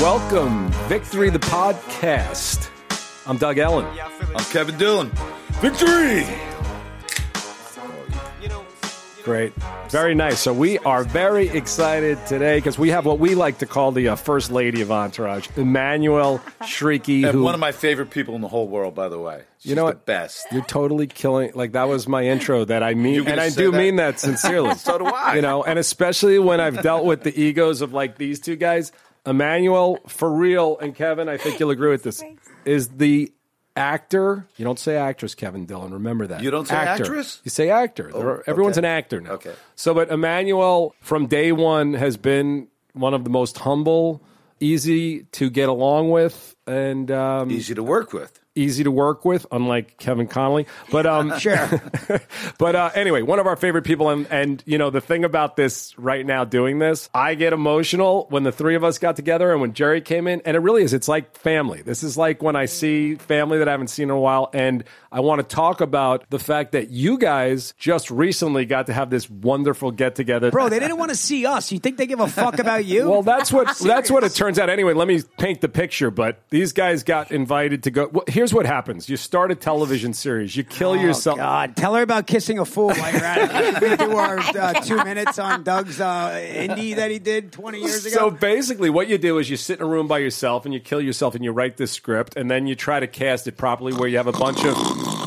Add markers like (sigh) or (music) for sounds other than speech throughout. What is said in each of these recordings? Welcome, Victory the Podcast. I'm Doug Ellen. I'm Kevin Dillon. Victory! Great. Very nice. So we are very excited today because we have what we like to call the uh, first lady of Entourage, Emmanuel Shrieky, And who one of my favorite people in the whole world, by the way. She's know the what? best. you're totally killing. Like that was my intro that I You mean, gonna and I say do that? mean that sincerely. (laughs) So (laughs) do I. You know, and especially when I've dealt with the egos of like these two guys, Emmanuel for real, and Kevin. I think you'll agree with this. Is the actor? You don't say actress, Kevin Dillon. Remember that. You don't say actor. actress? Oh, You say actor. There are- everyone's okay. an actor now. Okay. So, but Emmanuel from day one has been one of the most humble, easy to get along with, and um, Easy to work with. easy to work with, unlike Kevin Connolly. But um, sure. (laughs) but uh, anyway, one of our favorite people, and, and you know the thing about this right now, doing this, I get emotional when the three of us got together and when Jerry came in, and it really is. It's like family. This is like when I see family that I haven't seen in a while, and I want to talk about the fact that you guys just recently got to have this wonderful get together, Bro, they didn't want to see us. You think they give a fuck about you? (laughs) Well, that's what that's what it turns out. Anyway, let me paint the picture. But these guys got invited to go. Well, here's what happens: you start a television series, you Oh, kill yourself. God, tell her about kissing a fool while you're at it. We do (laughs) our Oh uh, two minutes on Doug's uh, indie that he did 20 years So ago. basically, what you do is you sit in a room by yourself and you kill yourself and you write this script and then you try to cast it properly, where you have a bunch of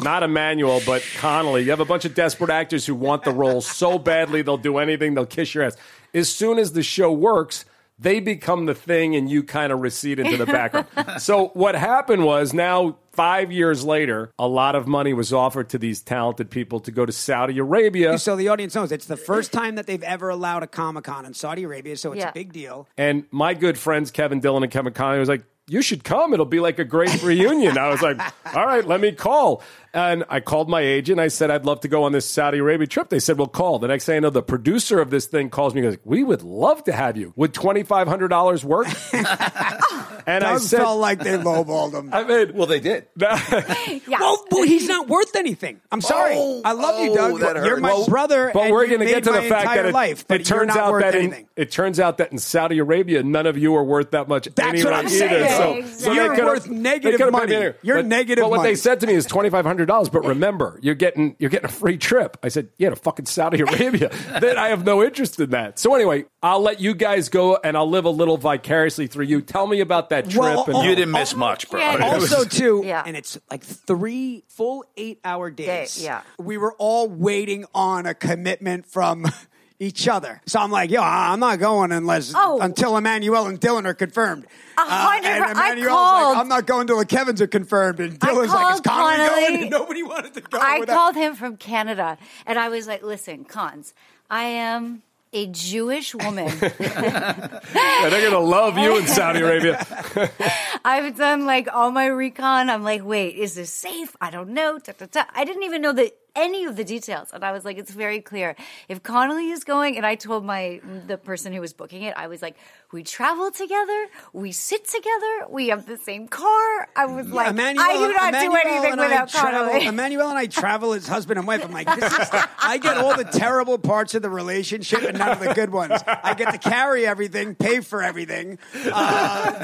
not Emmanuel but Connolly. You have a bunch of desperate actors who want the role so badly they'll do anything. They'll kiss your ass. As soon as the show works. They become the thing, and you kind of recede into the (laughs) background. so what happened was now. Five years later, a lot of money was offered to these talented people to go to Saudi Arabia. So the audience knows it's the first time that they've ever allowed a Comic Con in Saudi Arabia, so it's Yeah. a big deal. And my good friends Kevin Dillon and Kevin Conley was like, "You should come. It'll be like a great reunion." I was like, (laughs) "All right, let me call." And I called my agent. I said, "I'd love to go on this Saudi Arabia trip." They said, "Well, call." The next thing I know, the producer of this thing calls me. and Goes, "We would love to have you. Would twenty five hundred dollars work?" (laughs) and I Doug said, felt like they lowballed (laughs) him. "I mean, Well, they did. Yeah. Well, boy, he's not worth anything. I'm sorry. Oh, I love you, oh, Doug. that You're my hurts. brother. But and we're you going to made get to my the fact entire that it, life, but it turns you're not out worth that in, anything. it turns out that in Saudi Arabia, none of you are worth that much. That's anyway what I'm either. saying. So, Yeah, so they you're could've- worth they negative could've put money. me in there. You're but, negative But what they money. said to me is twenty five hundred dollars. But remember, you're getting you're getting a free trip. I said, yeah, to fucking (laughs) Saudi Arabia. then I have no interest in that. So anyway, I'll let you guys go, and I'll live a little vicariously through you. Tell me about that trip. Well, and oh, You didn't miss much, bro. (laughs) Yeah. It was- also too Yeah. and it's like three full eight hour days Day- yeah. we were all waiting on a commitment from (laughs) each other so i'm like yo I- i'm not going unless Oh. until emmanuel and dylan are confirmed Uh, A hundred and per- I emmanuel's called- like i'm not going till the kevins are confirmed and dylan's like is called Connolly going Connolly. and (laughs) nobody wanted to go I without- called him from Canada and I was like, listen, cons, I am a (laughs) Jewish woman. and they're gonna love you in Saudi Arabia. I've done like all my recon. I'm like, wait, is this safe? I don't know. Da, da, da. I didn't even know the any of the details, and I was like, it's very clear. If Connolly is going, and I told my the person who was booking it, I was like, we travel together, we sit together, we have the same car. I was like, Emmanuel, I do not Emmanuel do anything and I without travel, Connolly. (laughs) Emmanuel and I travel as husband and wife. I'm like, this is, I get all the terrible parts of the relationship and none of the good ones. I get to carry everything, pay for everything, uh,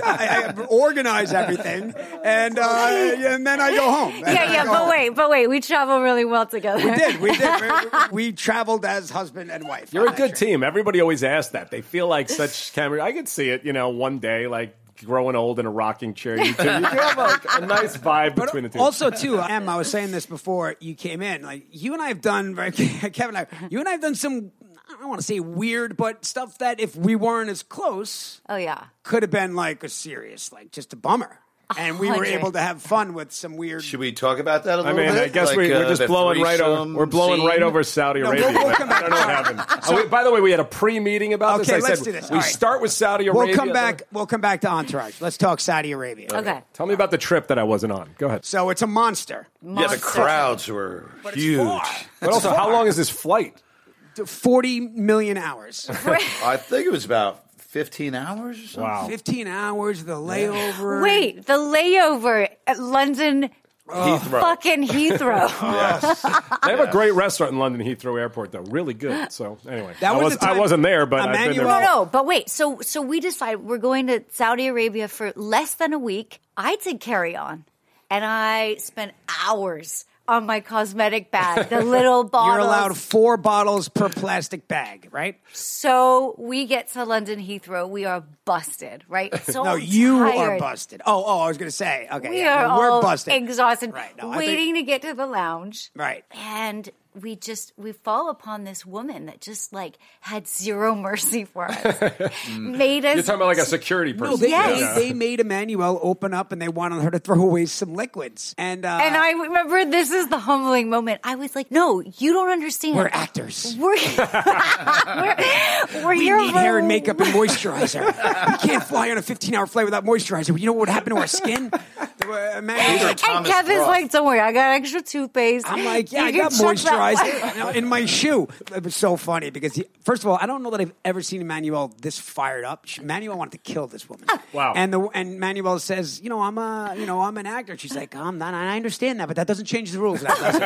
I, I organize everything, and uh, and then I go home. And then (laughs) yeah, I yeah, go but home. wait, but wait, we travel really well together. We did, we did. We- We, traveled as husband and wife. Uh, You're a good team. Everybody always asks that. They feel like (laughs) such camera. I could see it, you know, one day, like growing old in a rocking chair. You two, (laughs) you have like a nice vibe between the two. Also, too, Em, I was saying this before you came in. Like you and I have done, (laughs) Kevin, and I, you and I have done some. I don't want to say weird, but stuff that if we weren't as close, Oh yeah. could have been like a serious, like just a bummer. And we were hundred. able to have fun with some weird. Should we talk about that a I little bit? mean, I guess Like, we, uh, we're just the blowing right over. threesome We're blowing right scene? over Saudi No, Arabia. we'll- we'll but come I don't know what back. happened. (laughs) Oh, wait, by the way, we had a pre-meeting about this. Okay, I said let's do this. we All right. start with Saudi Arabia. we'll come back. We'll come back to Entourage. Let's talk Saudi Arabia. Okay. Tell me about the trip that I wasn't on. Go ahead. So it's a monster. Yeah, the crowds were But it's huge. far. But also, how long is this flight? Forty million hours. I think it was about 15 hours or something. (laughs) Wow. Fifteen hours. The layover. Wait, the layover at London Heathrow. (laughs) Fucking Heathrow. (laughs) Yes. They have a great restaurant in London Heathrow Airport, though. Really good. So anyway, That I, was was, the time- I wasn't there, but I've been there. Emmanuel- no, no. But wait. So, so we decide we're going to Saudi Arabia for less than a week. I did carry on, and I spent hours on my cosmetic (laughs) bag, the little bottles. You're allowed four bottles per plastic bag, right? So we get to London Heathrow. We are busted, (laughs) right? So No, I'm you are tired. busted. Oh, oh, I was going to say. Okay, We yeah, are no, we're all busted. exhausted, Right, no, I waiting to get to the lounge. Right. And we just we fall upon this woman that just like had zero mercy for (laughs) us. Mm. Made us You're talking about like a security person. No, they, Yes. they, they made Emmanuel open up, and they wanted her to throw away some liquids. And uh, And I remember this is the humbling moment. I was like, "No, you don't understand. we're actors. We're (laughs) we're, we're We here need for hair and makeup and moisturizer. we can't fly on a 15-hour flight without moisturizer. You know what would happen to our (laughs) skin? They were- Emmanuel's like, And Thomas Kevin's Roth. like, "Don't worry, I got extra toothpaste." I'm like, yeah, I You got can check that (laughs) one. moisturized you know, in my shoe. It was so funny because, he, first of all, I don't know that I've ever seen Emmanuel this fired up. She, Emmanuel wanted to kill this Ah. woman. Wow. And the and Manuel says, you know, I'm a, you know, I'm an actor. She's like, I'm not. I understand that, but that doesn't change the rules. And I was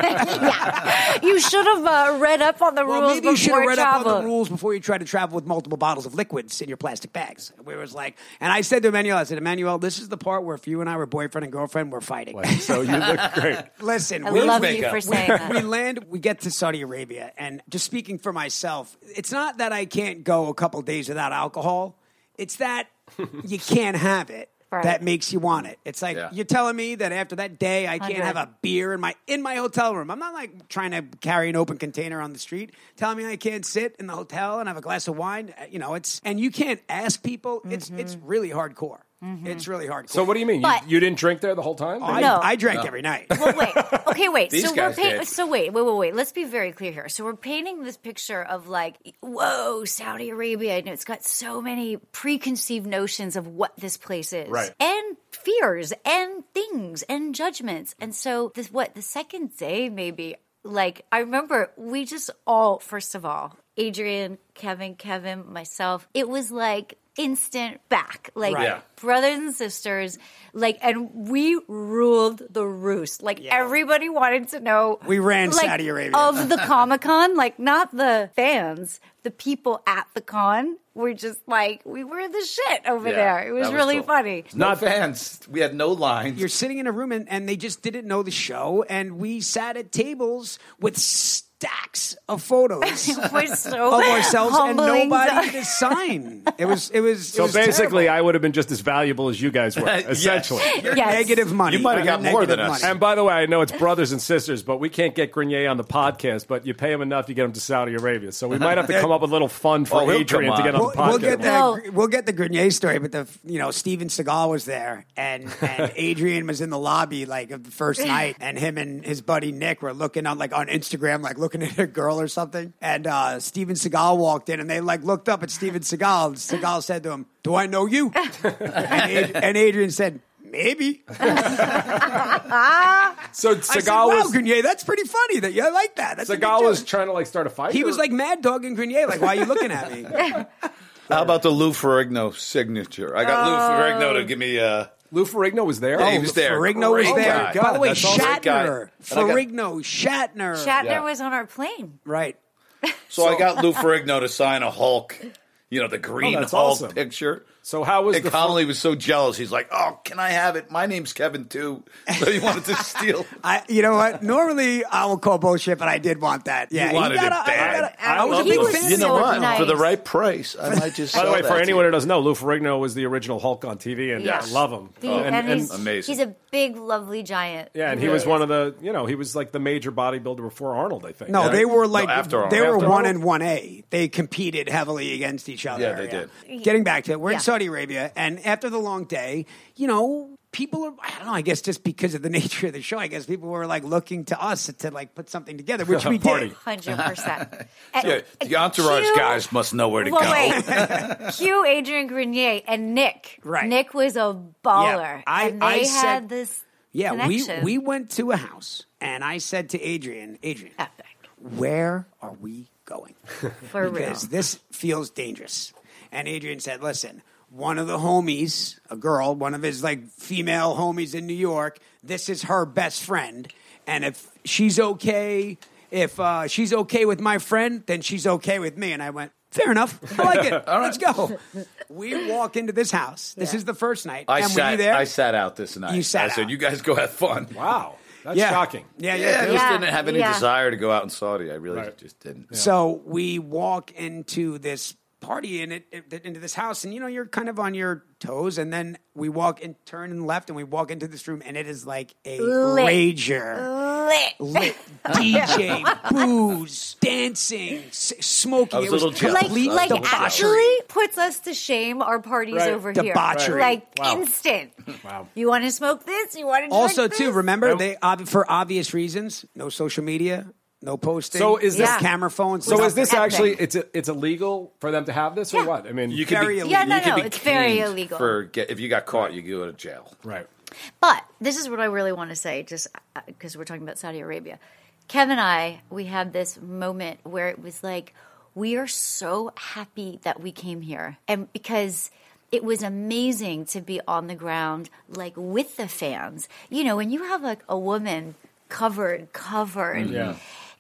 like, (laughs) you should have uh, read up on the well, rules maybe you should before have read travel. up on the rules before you try to travel with multiple bottles of liquids in your plastic bags. Where it was like, and I said to Emmanuel, I said, Emmanuel, this is the part where if you and I were boyfriend and girlfriend, we're fighting. (laughs) so you look great. (laughs) Listen, I we- love make you up. for saying that. we land, we get to Saudi Arabia, and just speaking for myself, it's not that I can't go a couple days without alcohol. It's that (laughs) you can't have it. Right. That makes you want it. It's like Yeah. you're telling me that after that day, I can't Hundred. have a beer in my in my hotel room. I'm not like trying to carry an open container on the street. Telling me I can't sit in the hotel and have a glass of wine. uh, You know, it's and you can't ask people. It's it's Mm-hmm. really hardcore. It's really hardcore. So what do you mean? You, But- you didn't drink there the whole time? I, Mm-hmm. No. I drank every night. (laughs) Well, wait. Okay, (laughs) wait. These so we're guys did. so wait, wait, wait, wait. Let's be very clear here. So we're painting this picture of like, whoa, Saudi Arabia, and it's got so many preconceived notions of what this place is, Right. And fears and things and judgments. And so this what the second day maybe. Like I remember, we just all first of all, Adrian, Kevin, Kevin, myself. It was like instant back, like Right. Yeah. brothers and sisters like and we ruled the roost like Yeah. everybody wanted to know We ran like, Saudi Arabia. of the comic-con like not the fans the people at the con were just like we were the shit over Yeah, there it was, that was really cool. funny (laughs) Not fans. We had no lines. you're sitting in a room and, and they just didn't know the show and we sat at tables with stacks of (laughs) photos of we're so ourselves and humbling nobody (laughs) to- to sign it was it was so basically, I would have been just as valuable as you guys (laughs) were, (laughs) Yes. essentially. Yes. negative money You might have got more Negative than us. money. And by the way, I know it's brothers and sisters, but we can't get Grenier on the podcast. But you pay him enough, you get him to Saudi Arabia. So we might have (laughs) to come up with a little fun for Oh, he'll Adrian come to on. get on We'll, the podcast. we'll get that. No. We'll get the Grenier story, but the you know Steven Seagal was there, and, (laughs) and Adrian was in the lobby like of the first night, and him and his buddy Nick were looking on like on Instagram, like looking at a girl or something, and uh, Steven Seagal walked in, and they like looked up at Steven Seagal, and Seagal said to him, "Do I know you?" and, Ad- and Adrian said. Maybe. I So said, Seagal wow, was Grenier, that's pretty funny. That yeah, I like that. That's a good Seagal was joke." trying to like start a fight. He was or- like mad dog and Grenier. Like, why are you looking at me? How about the Lou Ferrigno signature? I got Oh. Lou Ferrigno to give me. Uh, Lou Ferrigno was there. Oh. Yeah, he was there. Oh Ferrigno was Great there. guy. By the way, That's also a great guy. Shatner, And I got- Ferrigno, Shatner. shatner Yeah. was on our plane right. so, I got Lou Ferrigno to sign a Hulk. You know the green Oh, Hulk that's awesome. picture. So how was and the Connolly was so jealous. He's like, "Oh, can I have it? My name's Kevin too." So he wanted to steal. I, you know what? Normally I will call bullshit, but I did want that. Yeah, You wanted gotta- it bad. I, gotta- I I was a love big Lou. fan. You know So what? nice. For the right price, I might just. By the sell Oh, way, that for to anyone you. who doesn't know, Lou Ferrigno was the original Hulk on TV, and Yes. I love him. Oh, He- and, and, and- he's, Amazing. he's a big lovely giant yeah, and he was one of the, you know, he was like the major bodybuilder before Arnold, I think. No, right? they were like No, after all. they were After all. one and one A. They competed heavily against each other. Yeah, they did. Getting back to it, we're Yeah. in Saudi Arabia, and after the long day, you know, people are. I don't know. I guess just because of the (laughs) nature of the show, I guess people were like looking to us to like put something together, (laughs) which we Party. did. 100%. Yeah, the entourage Q- guys must know where to well, go. Wait. Q, Adrian Grenier, and Nick. Right. Nick was a baller. Yeah, I- and they I said- had this Yeah, connection. we we went to a house, and I said to Adrian, Adrian, Epic. where are we going? For real. because this feels dangerous. And Adrian said, "Listen, one of the homies, a girl, one of his like female homies in New York. This is her best friend, and if she's okay, if uh, she's okay with my friend, then she's okay with me. And I went. Fair enough. I like it. Let's go. (laughs) We walk into this house. This Yeah. is the first night. I and were you sat. there? I sat out this night. You sat I said, out. "You guys go have fun." Wow, that's yeah. shocking. Yeah, Yeah, I yeah. just Yeah, didn't have any yeah. desire to go out in Saudi. I really Right. just didn't. So we walk into this party and it, it- into this house, and you know you're kind of on your toes. And then we walk and turn and left, and we walk into this room, and it is like a Lit. rager, Lit. (laughs) lit (laughs) DJ, booze, dancing, s- smoking. I was it a little was jealous. Like, complete I was like a little jealous. debauchery. actually puts us to shame our parties Right. over here. Debauchery. Like Wow. instant. Wow. You want to smoke this? You want to also this? too remember Nope. they ob- for obvious reasons no social media no posting So is no this- Yeah. camera phones So no- is this Epic. actually it's it's illegal for them to have this or Yeah. what? I mean, You could Very be, illegal. Yeah, no, you could no, be it's very caned illegal. For get, if you got caught, you go to jail. right? But this is what I really want to say, just because we're talking about Saudi Arabia. Kevin and I, we had this moment where it was like, we are so happy that we came here. And because it was amazing to be on the ground, like with the fans. You know, when you have like a woman covered, covered, Mm, Yeah.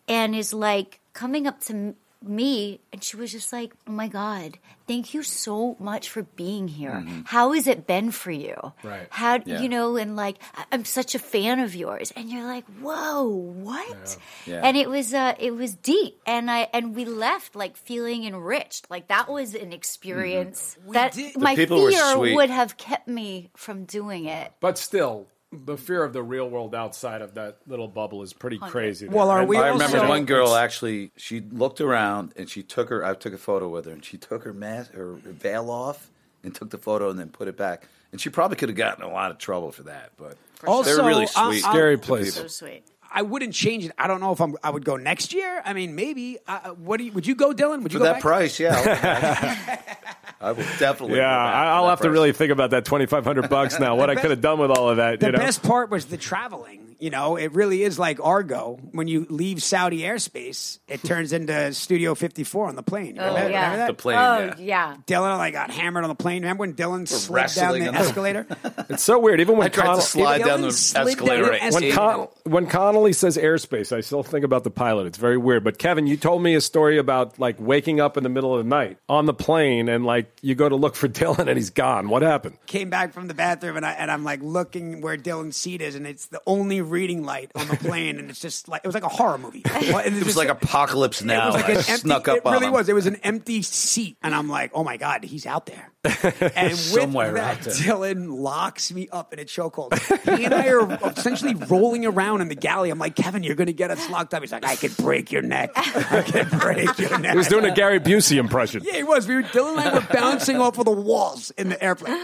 and is like coming up to m- me and she was just like oh my god thank you so much for being here how has it been for you Mm-hmm. Right. how Yeah. you know and like I- i'm such a fan of yours and you're like whoa what Yeah. and it was uh it was deep and i and we left like feeling enriched like that was an experience that Mm-hmm. did- The my people were fear sweet. would have kept me from doing it But still, the fear of the real world outside of that little bubble is pretty crazy. there. Well, are And- we I also- remember one girl actually. She looked around and she took her. I took a photo with her, and she took her mask, her veil off, and took the photo, and then put it back. And she probably could have gotten a lot of trouble for that. But Also, they were really I'm- sweet. I'm- Scary to place. people. so sweet I wouldn't change it. I don't know if I'm. I would go next year. I mean, maybe. Uh, what do you, would you go, Dylan? Would you For go that back? price, yeah. (laughs) I will definitely. Yeah, go back I- for I'll that have to price. really think about that twenty five hundred bucks now. What I could have done with all of that, The you know? best part was the traveling. You know, it really is like Argo. When you leave Saudi airspace, (laughs) it turns into Studio 54 on the plane. You oh remember that? yeah Remember that? The plane, oh yeah. yeah Dylan and I got hammered on the plane. Remember when Dylan slid down wrestling the on the- (laughs) escalator? it's so weird. Even when I tried Connell- to slide Dylan down the slid down escalator. the right. escalator. when, Con- when Connolly says airspace, I still think about the pilot. It's very weird. But Kevin, you told me a story about like waking up in the middle of the night on the plane and like you go to look for (laughs) Dylan and he's gone. What happened? Came back from the bathroom and I and I'm like looking where Dylan's seat is, and it's the only reading light on the plane, and it's just like it was like a (laughs) horror movie. it It was like apocalypse now. It was like I an empty, snuck up It on really him. was. It was an empty seat, and I'm like, oh my god, he's (laughs) out there. And Somewhere with that, out there. Dylan locks me up in a chokehold. he and I are essentially rolling around in the galley. I'm like, Kevin, you're going to get us locked up. He's like, I could break your neck. I could break (laughs) your neck. He was doing a Gary Busey impression. (laughs) Yeah, he was. We were, Dylan and I were bouncing off of the walls in the airplane.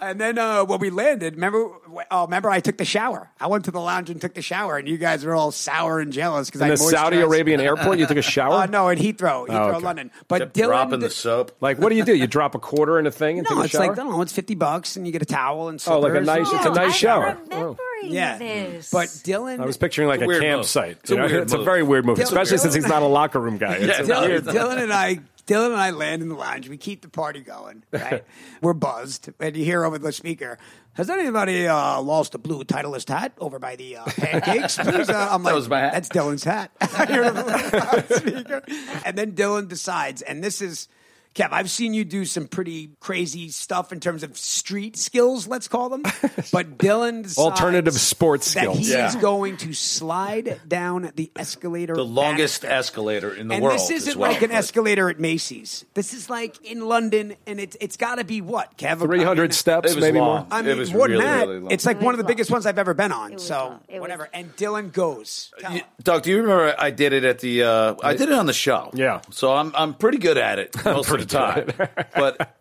And then uh, when we landed, remember? Oh, remember I took the shower. I went to the lounge and took the shower, and you guys were all sour and jealous because I In the Saudi moisturized- Arabian airport, you took (laughs) a shower. Uh, no, in Heathrow, Heathrow, Oh, okay. London. But Kept Dylan, dropping the soap. Like, what do you do? You drop a quarter in a thing and no, take a it's shower? like I don't know, it's fifty bucks, and you get a towel and Oh, like a slippers. nice- It's a Oh, nice I'm shower. remembering yeah. this. But Dylan, I was picturing like It's a a, weird move. campsite. It's a you know? weird it's a move. very weird move, Dylan- especially since he's not a locker room guy. It's Yeah, a no, weird Dylan, Dylan and I, Dylan and I land in the lounge. We keep the (laughs) party going. Right, we're buzzed, and you hear over the speaker. Has anybody uh, lost a blue Titleist hat over by the uh, (laughs) pancakes? Please, uh, I'm That like, was my hat. that's Dylan's hat. (laughs) I hear it (laughs) over the loudspeaker. and then Dylan decides, and this is. Kev, I've seen you do some pretty crazy stuff in terms of street skills, let's (laughs) call them. But Dylan decides alternative sports that skills. he Yeah. is going to slide down the escalator. The longest escalator escalator in the and world. this isn't as well, like an but- escalator at Macy's. This is like in London, and it's it's got to be what Kev Three I hundred mean, steps, It was maybe long. more. I It mean, was more than really, that, really long. it's like It one was of the biggest long. ones I've ever been on. was So long. It was- whatever. And Dylan goes. Tell You- him. Doc, do you remember I did it at the? Uh, I did it on the show. Yeah. So I'm I'm pretty good (laughs) at it most of the time. but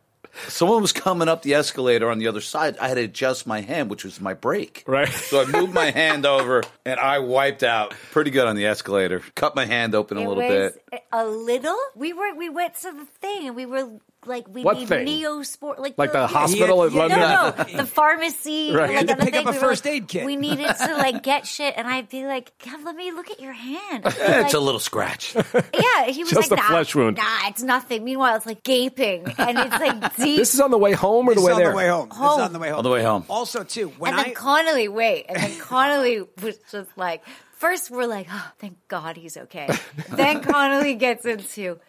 someone was coming up the escalator on the other side. I had to adjust my hand, which was my brake. Right. So I moved my hand over, and I wiped out pretty good on the escalator. Cut my hand open a It little was bit. A little. We were. We went to the thing, and we were like we What need thing? neospor like Like the hospital. hospital Yeah, at No, London. no, the pharmacy. (laughs) Right. Like, To on the pick thing, up a we were first like, aid kit. We needed (laughs) to like get shit, and I'd be like, "God, let me look at your hand." (laughs) It's Like, a little scratch. yeah, he was Just like, a nah, flesh wound." Nah, it's nothing. Meanwhile, it's like gaping, and (laughs) it's like deep. This is on the way home or the This way is on there? the way home. This Home. is on the way home. On the way (laughs) home. Also, too, when and then I Connolly, wait, and (laughs) then Connolly was just like, first we're like, oh, thank God he's okay. then Connolly gets into.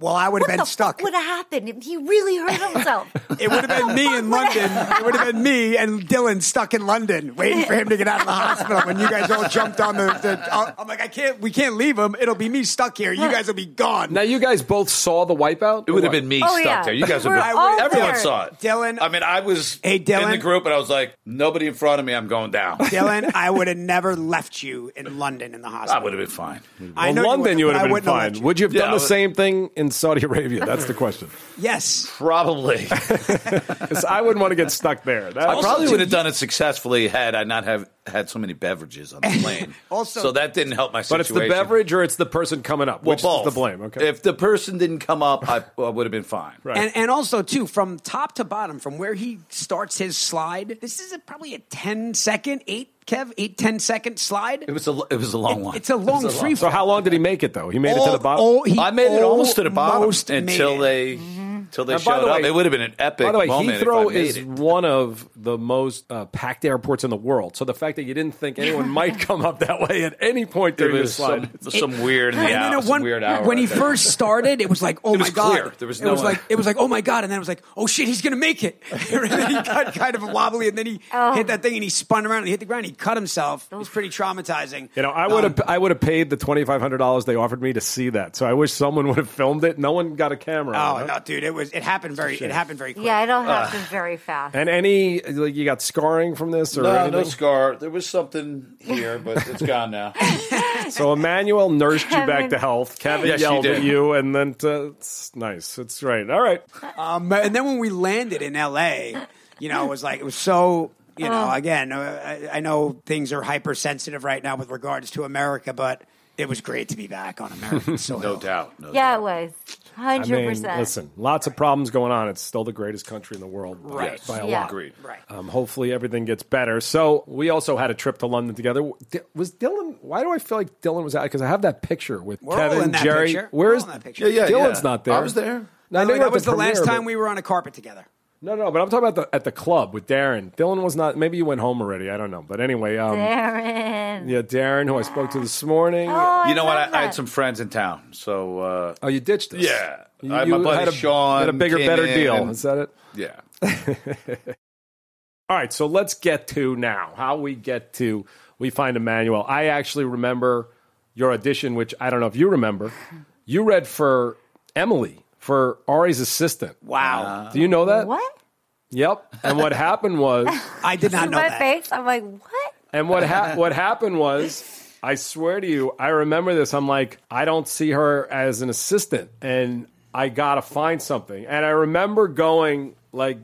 well, I would have What been the stuck. Would have happened if he really hurt himself? It would have (laughs) been me in London. It would have been me and Dylan stuck in London, waiting for him to get out of the hospital. When you guys all jumped on the, the I'm like, I can't. We can't leave him. It'll be me stuck here. You guys will be gone. Now you guys both saw the wipeout. It would have been me Oh, stuck yeah. there. You guys would We're have all been. Everyone there. saw it. Dylan- I mean, I was Hey, Dylan. in the group and I was like, nobody in front of me, I'm going down. Dylan, I would have never left you in London in the (laughs) hospital. I would have been fine. I In know you London, you would but have I been wouldn't fine. let you. Would you have Yeah, done I the would- same thing in Saudi Arabia? That's the (laughs) question. Yes. Probably. Because I wouldn't want to get stuck there. That- I probably would have done it successfully had I not have had so many beverages on (laughs) the plane. Also- so that didn't help my situation. but it's the beverage or it's the person coming up. Well, Which both. is the blame? Okay. If the person didn't come up, I, I would have been fine. Right. And, and also too from top to bottom from where he starts his slide this is a, probably a 10 second 8 kev 8 10 second slide It was a it was a long one. it's a long free so how long did he make it though? He made it to the bottom. (laughs) he I made it almost to the bottom almost made until it. they Mm-hmm. until they And by showed the up. way- It would have been an epic. By the way, moment if I Heathrow made is it. one of the most uh, packed airports in the world. So the fact that you didn't think (laughs) anyone might come up that way at any point There during this was some, (laughs) slide. some weird in the (laughs) and hour, then at some one, weird hour when (laughs) he I think. first started, it was like, oh was my god, clear. There was it no was one. like it was like, oh my god, and then it was like, oh shit, he's gonna make it. (laughs) and then he got kind of wobbly, and then he hit that thing, and he spun around, and he hit the ground, and he cut himself. It was pretty traumatizing. Um, You know, I would have I would have paid the twenty five hundred dollars they offered me to see that. So I wish someone would have filmed it. No one got a camera. on Oh it. no, dude, it was it happened very it happened very quick. yeah, it all happened very fast. And any like you got scarring from this or no, anything? (laughs) no scar. There was something here, but it's gone now. So Emmanuel nursed you back Kevin. to health. Kevin Yes, she yelled did. at you, and then uh, it's nice. It's right. All right. Um, and then when we landed in LA, you know, it was like it was so. You know, again, uh, I, I know things are hypersensitive right now with regards to America, but it was great to be back on American soil. (laughs) No doubt. No yeah, doubt. it was I hundred mean, percent. listen, lots of problems going on. It's still the greatest country in the world, by- Right. By a Yeah. lot. Agreed. Right. Um, hopefully everything gets better. So we also had a trip to London together. D- Was Dylan? Why do I feel like Dylan was out? Because I have that picture with We're all Kevin, in that Jerry. picture. Where We're is all in that picture. Yeah, yeah, Dylan's yeah. not there. I was there. No, I know By the way, you're at that was the premiere, last but- time we were on a carpet together. No, no, but I'm talking about the, at the club with Darren. Dylan was not. Maybe you went home already. I don't know. But anyway, um, Darren. yeah, Darren, who I spoke to this morning. Oh, You know what? love I, I had that. some friends in town, so uh, Oh, you ditched us. Yeah. you, I- my you buddy had a, Sean had a bigger, came better in deal. and- Is that it? (laughs) yeah. All right, so let's get to now how we get to we find Emmanuel. I actually remember your audition, which I don't know if you remember. You read for Emily for Ari's assistant. Wow. Do you know that? What? Yep. And what happened was, I did not In know my that. face, I'm like, what? and what (laughs) ha- what happened was, I swear to you, I remember this. I'm like, I don't see her as an assistant, and I gotta find something. And I remember going like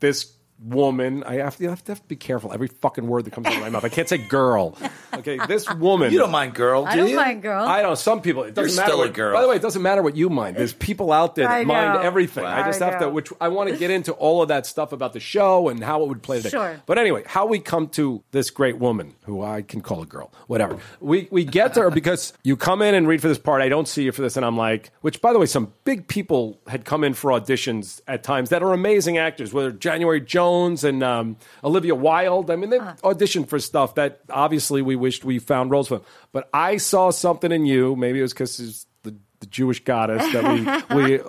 this woman. I have to, I have to be careful every fucking word that comes out of my mouth. I can't say girl. Okay, this woman. You don't mind, girl, do I don't you? mind, girl. I know some people. It doesn't You're matter. still a what- girl. By the way, it doesn't matter what you mind. There's people out there that I mind know. everything. Wow. I just I have to, know. which I want to get into all of that stuff about the show and how it would play today. Sure. But anyway, how we come to this great woman who I can call a girl, whatever. We we get to her because you come in and read for this part. I don't see you for this, and I'm like, which by the way, some big people had come in for auditions at times that are amazing actors, whether January Jones and um, Olivia Wilde. I mean, they auditioned for stuff that obviously we wished we found roles for them. But I saw something in you. Maybe it was because the the Jewish goddess that we, (laughs) we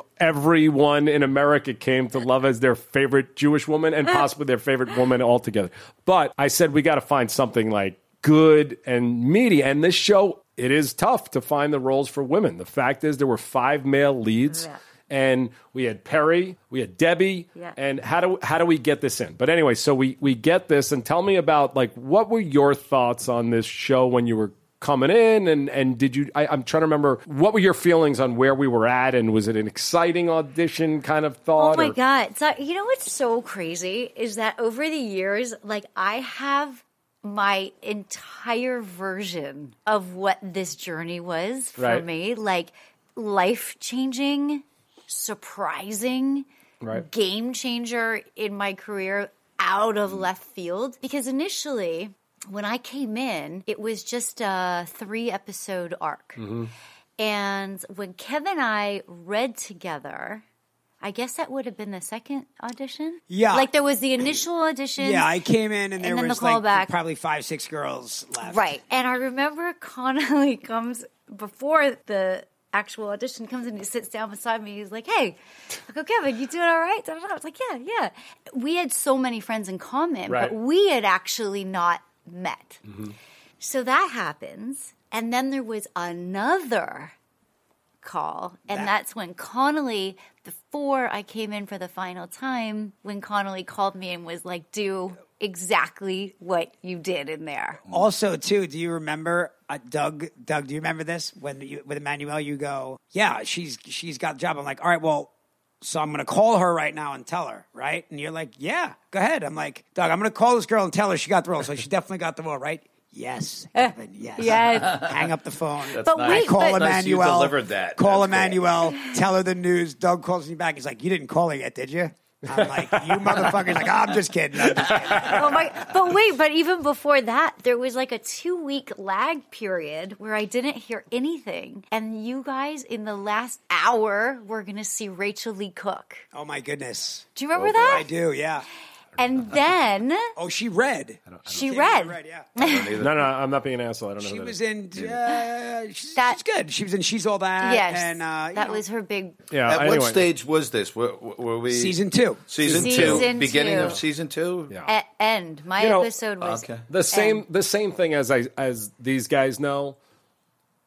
everyone in America came to love as their favorite Jewish woman Uh. and possibly their favorite woman altogether. But I said we got to find something like good and meaty. And this show, it is tough to find the roles for women. The fact is, there were five male leads. Yeah. And we had Perry, we had Debbie, Yeah. and how do how do we get this in? But anyway, so we we get this, and tell me about like what were your thoughts on this show when you were coming in and and did you I, i'm trying to remember what were your feelings on where we were at and was it an exciting audition kind of thought Oh my or- god! So you know what's so crazy is that over the years, like I have my entire version of what this journey was for Right. me, like life changing, surprising Right. game changer in my career out Mm. of left field because initially when I came in, it was just a three episode arc. Mm-hmm. And when Kevin and I read together, I guess that would have been the second audition. Yeah. Like there was the initial audition. Yeah, I came in and there then the was like callback. probably five, six girls left. Right. And I remember (laughs) Connolly comes before the actual audition comes and he sits down beside me. He's like, Hey, I go, Kevin, you doing all right? Da, da, da. I was like, Yeah, yeah. We had so many friends in common, Right. but we had actually not met. So that happens. And then there was another call. And That- that's when Connolly, before I came in for the final time, when Connolly called me and was like, Do exactly what you did in there. Also, too, do you remember uh, Doug? Doug, do you remember this when you, with Emmanuel? You go, yeah, she's she's got a job. I'm like, all right, well, so I'm gonna call her right now and tell her, right? And you're like, yeah, go ahead. I'm like, Doug, I'm gonna call this girl and tell her she got the role. So she definitely got the role, right? (laughs) Yes, Kevin, yes. yes. Hang up the phone. But nice. wait, call but- Nice you Emmanuel. delivered that. Call That's Emmanuel. Tell her the news. Doug calls me back. He's like, you didn't call her yet, did you? I'm like, you motherfuckers. Like, I'm just kidding. I'm (laughs) just kidding. oh my, but wait, but even before that, there was like a two week lag period where I didn't hear anything. And you guys in the last hour were going to see Rachel Lee Cook. Oh my goodness. Do you remember Oh, boy. that? I do. Yeah. (laughs) And then Oh, she read. she She read. read. Yeah. No, no, I'm not being an asshole. I don't know. She who that was is. in. Uh, she's, That- she's good. She was in. She's all that. Yes. and uh, you that know, was her big. Yeah. At anyway. what stage was this? Were, were we season two. Season, Season two, beginning two. of season two. Yeah. e- End. My You know, episode was okay. The same the same thing as I as these guys know.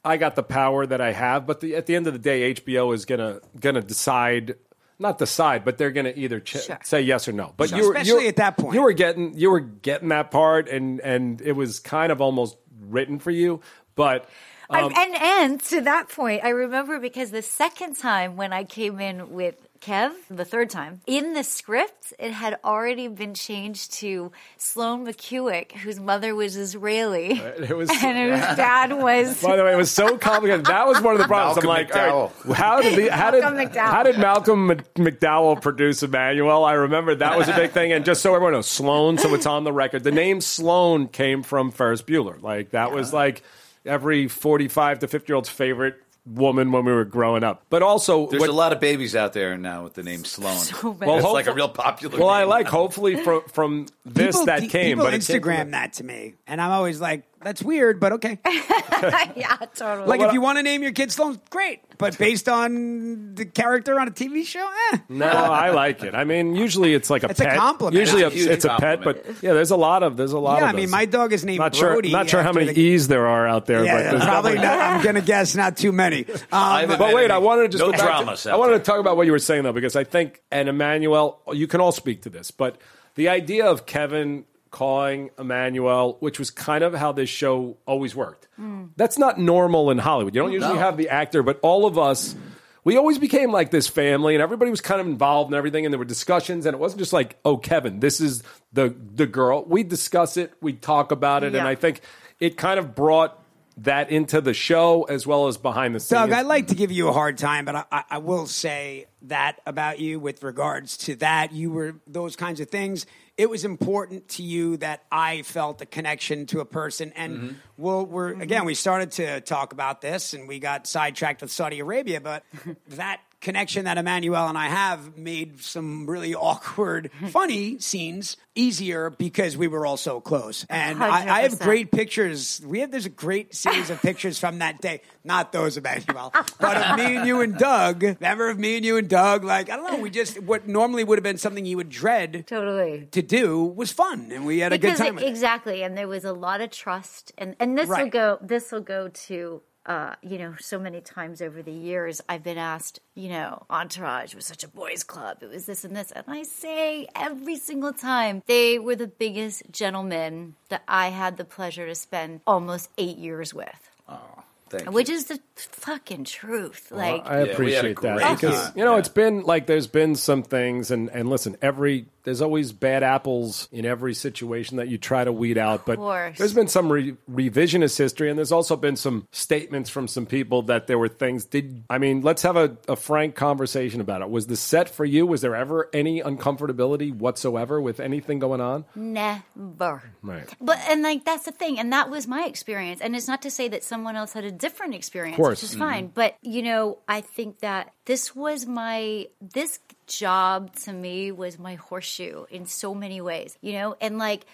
I got the power that I have, but the, at the end of the day, HBO is gonna gonna decide. Not decide, but they're going to either ch- Sure. say yes or no. But Sure. you were, Especially you were- at that point. you were getting you were getting that part, and and it was kind of almost written for you. But I- Um, and and to that point, I remember because the second time when I came in with Kev, the third time in the script, it had already been changed to Sloan McCuick, whose mother was Israeli, it (laughs) was (laughs) and whose dad was. By the way, it was so complicated. That was one of the problems. Malcolm I'm like, all McDowell. right, how did the, how did Malcolm McDowell. how did Malcolm Mc- McDowell produce Emmanuel? I remember that was a big thing. And just so everyone knows, Sloan. So it's on the record. The name Sloan came from Ferris Bueller. Like that was like every 45 to 50 year old's favorite woman when we were growing up. But also, There's what- a lot of babies out there now with the name Sloan. many. Well, it's like hopeful- a real popular. well, I name. like hopefully from from this People- that pe- came, People but it came from Instagram that to me, and I'm always like, "That's weird," but (laughs) okay. yeah, totally. Like, what if I- you want to name your kid Sloan, great. But based on the character on a TV show, eh. No, I like it. I mean, usually it's like a It's a pet. compliment. Usually It's a it's, huge a pet, but compliment. yeah, there's a lot of there's a lot Yeah, of. I mean, those. my dog is named Not sure. Brody not sure how after many the- e's there are out there, but Yeah, there's probably definitely- not. I'm gonna guess not (laughs) too many. Um, haven't But wait, I wanted to just No go back to- dramas out I wanted there. to talk about what you were saying though, because I think and Emmanuel, you can all speak to this, but the idea of Kevin calling Emmanuel, which was kind of how this show always worked. That's not normal in Hollywood. You don't usually No. have the actor, but all of us. We always became like this family, and everybody was kind of involved in everything, and there were discussions, and it wasn't just like, "Oh, Kevin, this is the the girl." We discuss it, we talk about it, and Yeah. I think it kind of brought that into the show as well as behind the scenes. Doug, I like to give you a hard time, but I- I, I will say that about you with regards to that. You were those kinds of things. It was important to you that I felt a connection to a person. And we'll, we're, again, we started to talk about this and we got sidetracked with Saudi Arabia, but that connection that Emmanuel and I have made some really awkward, funny scenes easier because we were all so close. And I, I have 100%. great pictures. We have there's a great series of pictures from that day. Not those of Emmanuel, but of me and you and Doug. Remember of me and you and Doug? Like I don't know. We just what normally would have been something you would dread totally. to do was fun, and we had a good because time. With it- it. exactly and there was a lot of trust and and this will Right. go this will go to uh, you know, so many times over the years, I've been asked, you know, Entourage was such a boys' club. It was this and this. And I say every single time, they were the biggest gentlemen that I had the pleasure to spend almost eight years with, Thank which you. is the fucking truth. Like, I a appreciate that great because time. you know it's been like there's been some things and and listen every There's always bad apples in every situation that you try to weed out. But course. there's been some re- revisionist history, and there's also been some statements from some people that there were things. Did I mean? Let's have a, a frank conversation about it. Was the set for you? Was there ever any uncomfortability whatsoever with anything going on? Never. Right. But and like that's the thing, and that was my experience. And it's not to say that someone else had a different experience, course. which is fine. But you know, I think that this was my this job to me was my horseshoe in so many ways. You know, and like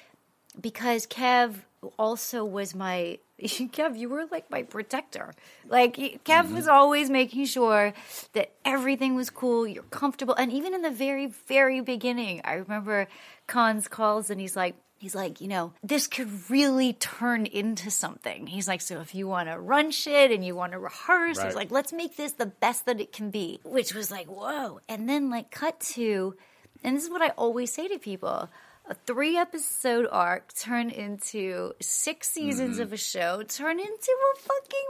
because Kev also was my (laughs) Kev, you were like my protector. Like Kev was always making sure that everything was cool, you're comfortable. And even in the very, very beginning, I remember Khan's calls and he's like, He's like, you know, this could really turn into something. He's like, so if you want to run shit and you want to rehearse, he's Right. like, let's make this the best that it can be, which was like, whoa. And then, like, cut to, and this is what I always say to people a three episode arc turn into six seasons Mm-hmm. of a show, turn into a fucking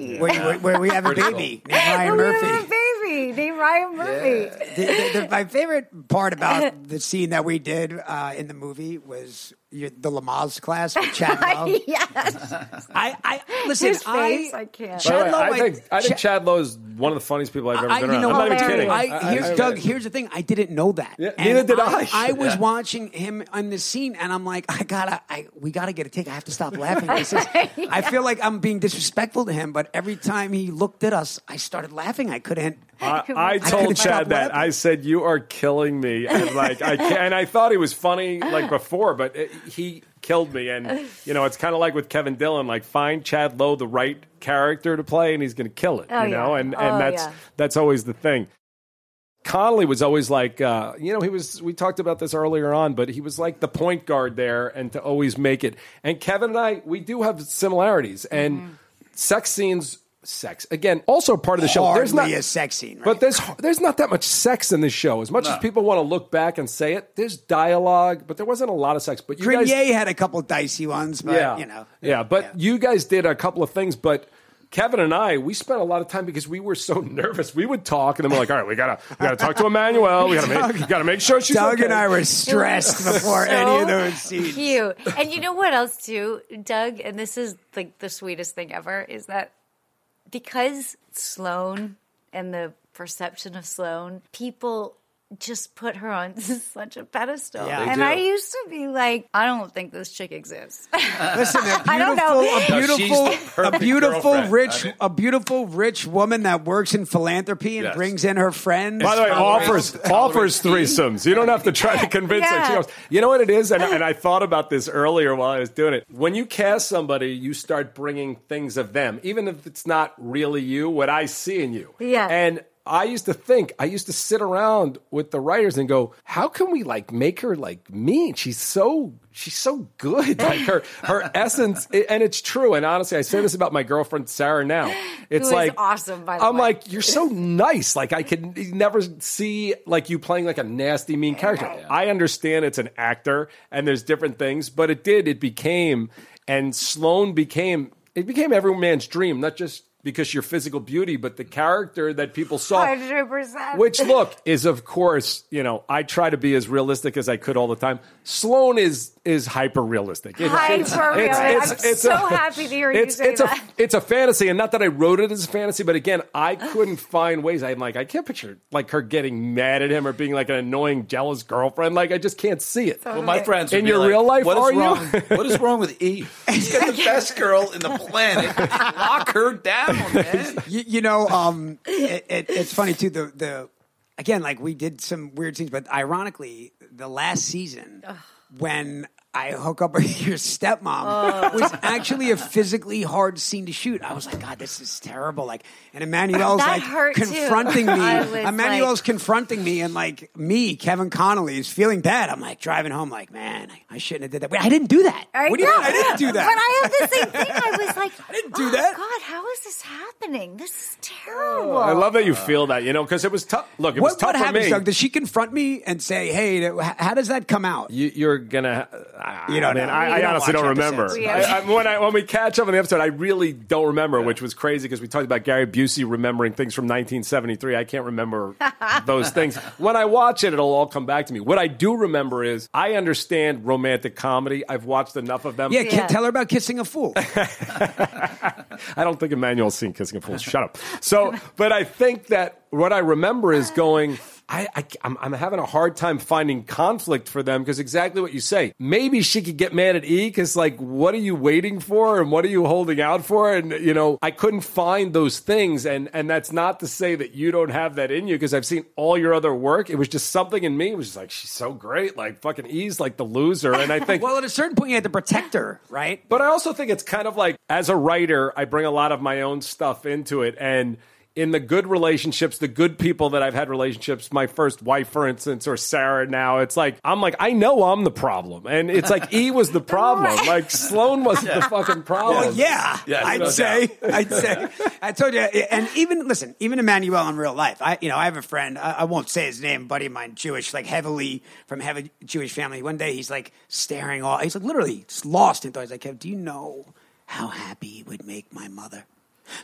movie. Where, where, where we have a Critical. baby named Ryan (laughs) We have Murphy. a baby named Ryan Murphy. the, the, the, my favorite part (laughs) about the scene that we did uh, in the movie was your, the Lamaze class with Chad (laughs) Lowe. (laughs) yes. I, I listen. His face, I By the way, can't. Chad Lowe, I I- think I think Chad- Chad Lowe is one of the funniest people I've ever I, been you around. know, I'm not even I- kidding. I, here's I- I- Doug. Here's the thing. I didn't know that. Yeah, And neither did I. I was watching him on the scene, and I'm like, I gotta, I we gotta get a take. I have to stop laughing. This is, I feel like I'm being disrespectful to him, but every time he looked at us, I started laughing. I couldn't. (laughs) I, I couldn't told stop Chad that. laughing. I said, "You are killing me." (laughs) And like I can, and I thought he was funny like before, but it, he killed me. And you know, it's kind of like with Kevin Dillon. Like find Chad Lowe the right character to play, and he's going to kill it. Oh, you know, yeah. and and Oh, that's yeah. that's always the thing. Connolly was always like, uh, you know, he was. We talked about this earlier on, but he was like the point guard there, and to always make it. And Kevin and I, we do have similarities, and Mm-hmm. sex scenes, sex again, also part of the show. There's not Hardly a sex scene, right? but there's there's not that much sex in this show. As much as people want to look back and say it, there's dialogue, but there wasn't a lot of sex. But you Grenier guys, had a couple dicey ones, but yeah, you know, yeah. But Yeah. you guys did a couple of things, but. Kevin and I, we spent a lot of time because we were so (laughs) nervous. We would talk, and then we're like, "All right, we gotta, we gotta talk to Emmanuel. We gotta (laughs) make, we gotta make sure she's Doug okay. and I were stressed (laughs) before so any of those scenes. Cute. And you know what else too, Doug? And this is like the sweetest thing ever is that because Sloan and the perception of Sloan, people just put her on (laughs) such a pedestal. Yeah. They and do. I used to be like, I don't think this chick (laughs) exists. Listen, a beautiful, (laughs) I don't know. a No, she's beautiful, the a perfect beautiful girlfriend. rich, I mean- a beautiful rich woman that works in philanthropy and Yes. brings in her friends. By the way, Tolerate- offers offers threesomes. You don't have to try to convince her. She Yeah. goes, you know what it is, and, and I thought about this earlier while I was doing it. When you cast somebody, you start bringing things of them, even if it's not really you. What I see in you, Yeah. and. I used to think I used to sit around with the writers and go, "How can we like make her like me? She's so she's so good, (laughs) like her (laughs) her essence." And it's true. And honestly, I say this about my girlfriend Sarah now. It's is like awesome, by the I'm way. like you're so nice. Like I could never see like you playing like a nasty, mean character. I understand it's an actor and there's different things, but it did. It became and Sloan became it became every man's dream, not just because your physical beauty, but the character that people saw. 100%. (laughs) Which look is of course, you know, I try to be as realistic as I could all the time. Sloan is is hyper realistic. Hyper-realistic. I'm so happy to hear you it's, say it's a- that. it's a fantasy, and not that I wrote it as a fantasy, but again, I couldn't find ways. I'm like, I can't picture like her getting mad at him or being like an annoying, jealous girlfriend. Like, I just can't see it. Well, my friends would In be your like, real life, what is are you?" wrong? What is wrong with Eve? He's got the (laughs) best girl in the planet. Lock (laughs) her down, man. you, you know, um, it, it, it's funny too. The the again, like we did some weird things, but ironically, the last season when. I hook up with (laughs) your stepmom Oh. was actually a physically hard scene to shoot. I was like, God, this is terrible. Like, and Emmanuel's That like hurt, too. confronting (laughs) I me. was Emmanuel's like- confronting me, and like me, Kevin Connolly is feeling bad. I'm like driving home, like, man, I, I shouldn't have did that. Wait, I didn't do that. I what do you mean? I know. didn't do that. But I have the same thing. I (laughs) was like, I didn't do oh, that." Oh, God, how is this happening? This is terrible. I love that you feel that, you know, because it was tough. Look, it was What, tough what for happens, me. Doug? Does she confront me and say, "Hey, th- h- how does that come out?" you, you're gonna. You know, man, I, We I don't honestly watch don't remember. episodes. We I, haven't. I, when, I, when we catch up on the episode, I really don't remember, which was crazy because we talked about Gary Busey remembering things from 1973. I can't remember those things. When I watch it, it'll all come back to me. What I do remember is I understand romantic comedy. I've watched enough of them. Yeah, kid, Yeah. tell her about kissing a fool. I don't think Emmanuel's seen Kissing a Fool. Shut up. So, but I think that what I remember is going. I, I I'm, I'm having a hard time finding conflict for them because exactly what you say. Maybe she could get mad at E because like, what are you waiting for and what are you holding out for? And you know, I couldn't find those things. And and that's not to say that you don't have that in you because I've seen all your other work. It was just something in me. It was just like she's so great. Like fucking E's like the loser. And I think (laughs) (laughs) well, at a certain point, you had to protect her, right? but I also think it's kind of like as a writer, I bring a lot of my own stuff into it and in the good relationships, the good people that I've had relationships, my first wife, for instance, or Sarah now, it's like, I'm like, I know I'm the problem. And it's like, E was (laughs) the problem. Like, Sloan wasn't the fucking problem. Well, yeah, Yeah, I'd no say, I'd say, I told you, and even listen, even Emmanuel in real life, I, you know, I have a friend, I, I won't say his name, buddy of mine, Jewish, like heavily from heavy Jewish family. One day he's like staring off, he's like literally just lost in thought. He's like, Kev, do you know how happy it would make my mother